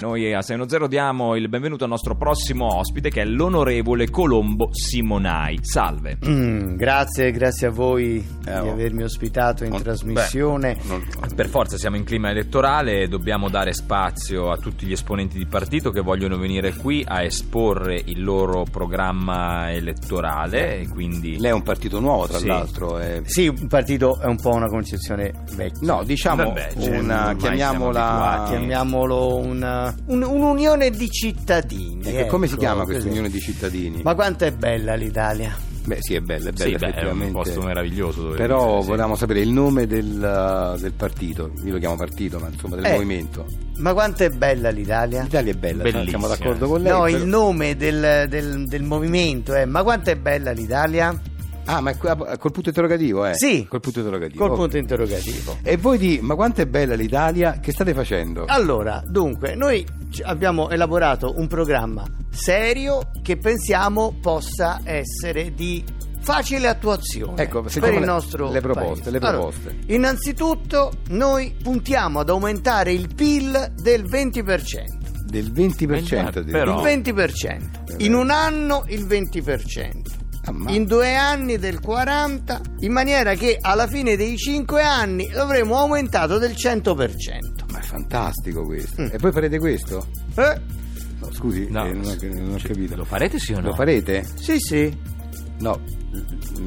Noi a 610 diamo il benvenuto al nostro prossimo ospite che è l'onorevole Colombo Simonai. Salve. Mm, grazie, grazie a voi Eh, di oh. avermi ospitato in Oh, trasmissione. Per forza siamo in clima elettorale e dobbiamo dare spazio a tutti gli esponenti di partito che vogliono venire qui a esporre il loro programma elettorale e quindi Lei è un partito nuovo, tra Sì. l'altro. è- Sì, un partito è un po' una concezione vecchia. No, ah, eh. diciamo Vabbè, cioè, una, ormai siamo chiamiamola... abituati. Chiamiamolo una- un- un'unione di cittadini. Ecco, come si ecco, chiama questa così. unione di cittadini? Ma quanto è bella l'Italia? Beh, sì, è bella, è bella Sì, beh, è un effettivamente. posto meraviglioso dove Però venire, sì. volevamo sapere il nome del, eh, del partito, io lo chiamo partito, ma insomma del Eh. movimento. Ma quanto è bella l'Italia? L'Italia è bella, insomma, Bellissima. siamo d'accordo con lei. no, però- il nome del, del- del movimento è Ma quanto è bella l'Italia? Ah, ma è qua- col punto interrogativo, eh? Sì. Col punto interrogativo. Col ok. punto interrogativo. E voi di, ma quanto è bella l'Italia, che state facendo? Ah. Allora, dunque, noi ci- abbiamo elaborato un programma serio che pensiamo possa essere di facile attuazione Ecco, per sentiamo il le- nostro le proposte, paese. le Allora, proposte. innanzitutto noi puntiamo ad aumentare il PIL del 20%, Del 20% di... Eh, Però- il 20%, in un anno il 20%. Ammazza. In due anni del 40, in maniera che alla fine dei cinque anni l'avremo aumentato del 100%. Ma è fantastico questo. Mm. E poi farete questo? Eh? No, scusi, No, eh, non, ho, non ho cioè, capito. Lo farete sì o no? Lo farete? Sì, sì. No,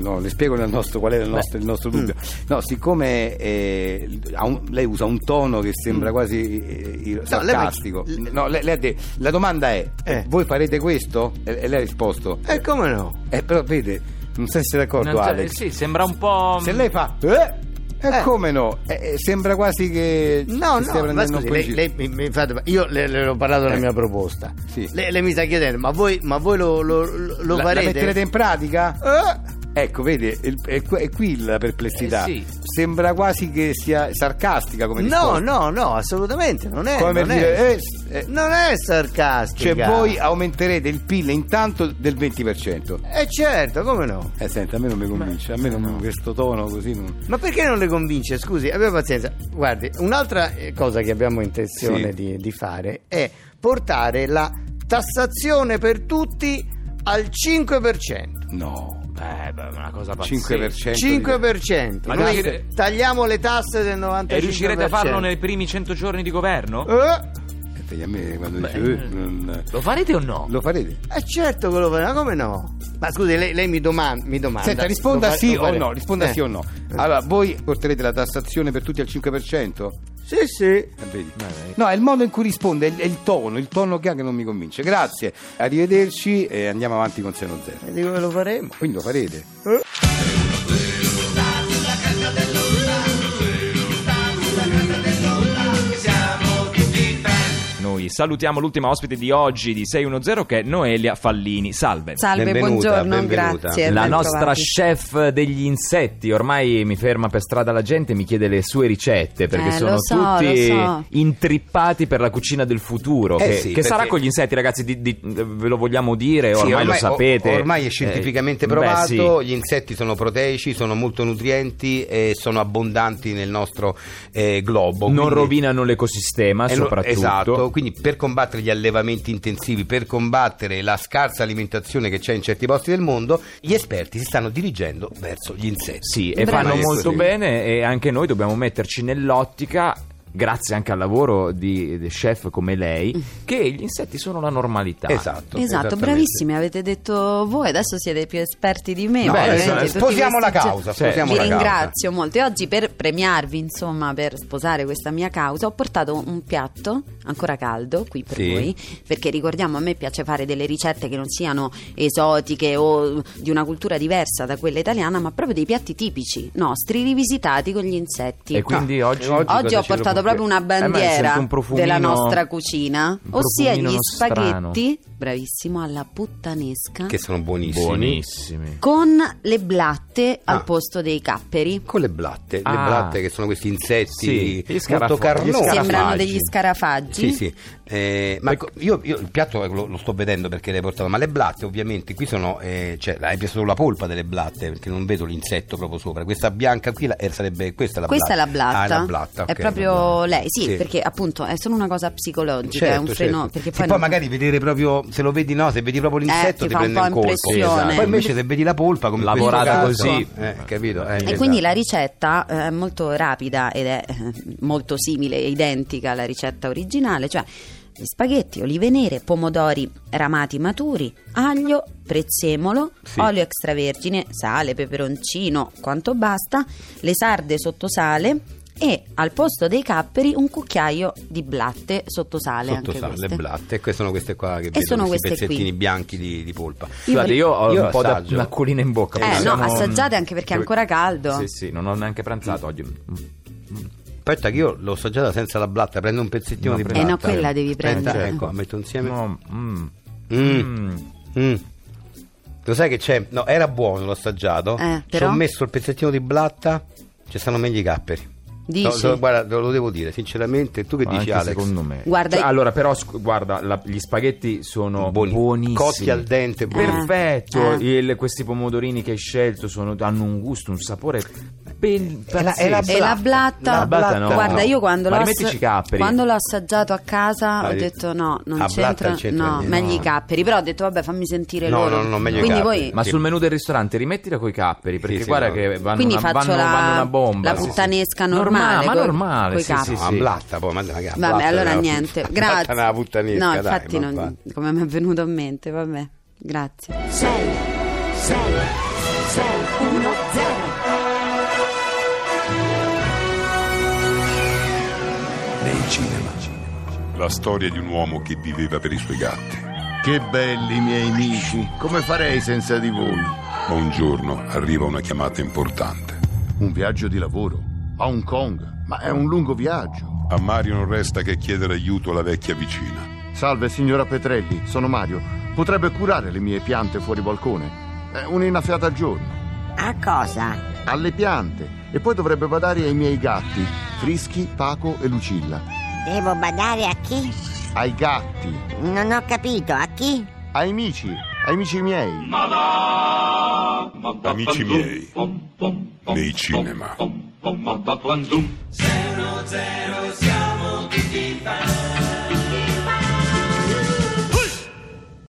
no, le spiego il nostro- qual è il nostro, il Mm. nostro dubbio. No, siccome eh, ha un- lei usa un tono che sembra Mm. quasi eh, ir- lei mi- sarcastico, no, lei, lei ha detto, la domanda è, Eh. voi farete questo? E, e lei ha risposto, E come no? eh, però vede, non so se siete d'accordo Non so- eh, Alex, Sì, sembra un po'... mm, se lei fa, eh, eh, Eh. come no, Eh, eh, sembra quasi che No, ci stia no, ma prendendo un scusi, po' in lei, giro. lei mi, mi fate- io le, le ho parlato della Eh. mia proposta. Sì. Le, lei mi sta chiedendo, ma voi, ma voi lo, lo, lo la, la farete? metterete in pratica? Eh? Ecco, vede, il- è, que- è qui la perplessità. Eh, sì. Sembra quasi che sia sarcastica come No, risposta. no, no, assolutamente, non è, Come non per è, dire, eh, eh. non è sarcastica. Cioè voi aumenterete il PIL intanto del 20%. Eh certo, come no? Eh senta, a me non mi convince, a me non questo tono così non... Ma perché non le convince? Scusi, abbia pazienza. Guardi, un'altra eh, cosa che abbiamo intenzione Sì. di, di fare è portare la tassazione per tutti al 5%. No, Eh, beh, una cosa pazzesca. 5%. 5%. Ma Noi riuscire- tagliamo le tasse del 95%. E riuscirete a farlo nei primi 100 giorni di governo? Eh? Di... Senti, a me quando Beh, dice, eh, non- Lo farete o no? Lo farete? Eh certo che lo farà, come no? Ma scusi, lei, lei mi, doman- mi domanda. Senta, risponda Lo fa- sì lo o fare- no, risponda Eh. sì o no. Allora, voi porterete la tassazione per tutti al 5%? Sì, sì. Eh, vedi. Vai, vai. No, è il modo in cui risponde, è il- è il tono, il tono che ha che non mi convince. Grazie, arrivederci e andiamo avanti con Seno Zero. E dico che lo faremo. Quindi lo farete. Noi salutiamo l'ultima ospite di oggi di 610 che è Noelia Fallini. Salve. Salve, Benvenuta, buongiorno, benvenuta. grazie. la ben nostra trovati. chef degli insetti, ormai mi ferma per strada la gente e mi chiede le sue ricette perché Eh, sono lo so, tutti lo so. intrippati per la cucina del futuro. Eh che sì, che perché- sarà con gli insetti, ragazzi? di- di- ve lo vogliamo dire, Eh, ormai, Sì, lo sapete. o- Ormai Eh, è scientificamente beh, provato, sì. gli insetti sono proteici, sono molto nutrienti e sono abbondanti nel nostro eh, globo. Non quindi- rovinano l'ecosistema, eh, no, soprattutto. Esatto, quindi per combattere gli allevamenti intensivi, per combattere la scarsa alimentazione che c'è in certi posti del mondo, gli esperti si stanno dirigendo verso gli insetti. Sì, e Bravo. fanno Maestro, molto sì. bene e anche noi dobbiamo metterci nell'ottica grazie anche al lavoro di di chef come Mm. lei che gli insetti sono la normalità. Esatto. Esatto, esattamente. bravissimi, avete detto voi, adesso siete più esperti di me. No, Beh, veramente, adesso- tutti sposiamo la questi gio- causa, Cioè, sposiamo Vi la causa. ringrazio molto e oggi per premiarvi, insomma, per sposare questa mia causa, ho portato un piatto ancora caldo qui per Sì. voi, perché ricordiamo a me piace fare delle ricette che non siano esotiche o di una cultura diversa da quella italiana, ma proprio dei piatti tipici nostri rivisitati con gli insetti. E quindi oggi, oggi cosa Oggi ho ci portato propone? proprio una Eh, ma sento bandiera un profumino- della nostra un cucina, ossia profumino gli strano. spaghetti bravissimo, alla puttanesca che sono buonissimi. Buonissimi. con le blatte Ah. al posto dei capperi. Con le blatte, le Ah. blatte che sono questi insetti Sì, gli molto scarafaggi. carnosi. Gli Sembrano Scarafaggi. degli scarafaggi. Sì, sì. Eh, ma ecco, io, io il piatto lo, lo sto vedendo perché l'hai portato, ma le blatte ovviamente qui sono, eh, cioè hai preso solo la polpa delle blatte perché non vedo l'insetto proprio sopra. Questa bianca qui la- eh, sarebbe questa è la Questa è la blatta. Ah, blatta, ok, è proprio vabbè. lei, sì, Sì. perché appunto è solo una cosa psicologica, Certo, è eh, un freno. certo. Perché Sì, poi, poi non- magari vedere proprio se lo vedi no se vedi proprio l'insetto Eh, ti ti, fa un prende po' colpo impressione. Esatto. poi invece se vedi la polpa come in questo Lavorata caso, così. eh, capito Eh, E esatto. quindi la ricetta eh, è molto rapida ed è eh, molto simile, identica alla ricetta originale, cioè gli spaghetti, olive nere, pomodori ramati maturi, aglio, prezzemolo, Sì. olio extravergine, sale, peperoncino, quanto basta, le sarde sotto sale e al posto dei capperi un cucchiaio di blatte sotto sale. sotto anche sa- le queste. blatte e queste sono queste qua che vedo sono questi queste qui. pezzettini bianchi di, di polpa Guarda, io ho Io un po' da, assaggio. l'acquolina in bocca. Eh, perché no, sono- assaggiate anche perché è ancora caldo. Eh, Sì, sì, non ho neanche pranzato oggi. aspetta che io l'ho assaggiata senza la blatta prendo un pezzettino No, di pre- blatta Eh, no, quella devi Aspetta, prendere. ecco la metto insieme No, mm, Mm, mm. mm. lo sai che c'è no era buono l'ho assaggiato Eh, ci ho però? messo il pezzettino di blatta ci stanno meglio i capperi Dici? No, so- guarda, te lo devo dire, sinceramente, tu che Ma dici anche Alex? secondo me. Guarda- Cioè, allora, però, scu- guarda, la- gli spaghetti sono Buoni. buonissimi. Eh. Cotti al Ah. dente, buoni. Perfetto. Eh. Il- questi pomodorini che hai scelto sono- hanno un gusto, un sapore ben È la- è la E la blatta, La blatta no. guarda, io quando Ma l'ho, rimettici i capperi. quando l'ho assaggiato a casa Ah, ho di- detto no, non la blatta c'entra, non c'entra no, niente. meglio No. i capperi, però ho detto vabbè fammi sentire No, loro. no, no, meglio i quindi capperi. voi Ma Sì. sul menù del ristorante rimettila coi capperi perché Sì, sì, guarda no. che vanno Quindi una, faccio vanno- la- vanno una bomba. la Sì, sì, sì. puttanesca normale, ma coi- normale, coi sì, sì, capperi. Ah, sì. blatta poi, ma dai, Vabbè, blatta allora della- niente, Blatta grazie. della puttanesca, no, dai, infatti ma non- va. come mi è venuto in mente, vabbè. Grazie. nei cinema. La storia di un uomo che viveva per i suoi gatti, Che belli miei amici, come farei senza di voi? ma un giorno arriva una chiamata importante. Un viaggio di lavoro a Hong Kong, ma è un lungo viaggio. A Mario non resta che chiedere aiuto alla vecchia vicina. Salve signora Petrelli, sono Mario. Potrebbe curare le mie piante fuori balcone? È un'innaffiata al giorno. A cosa? Alle piante. E poi dovrebbe badare ai miei gatti, Frischi, Paco e Lucilla. Devo badare a chi? Ai gatti, Non ho capito, a chi? ai amici, ai amici miei. Amici miei, nei cinema. Zero, zero,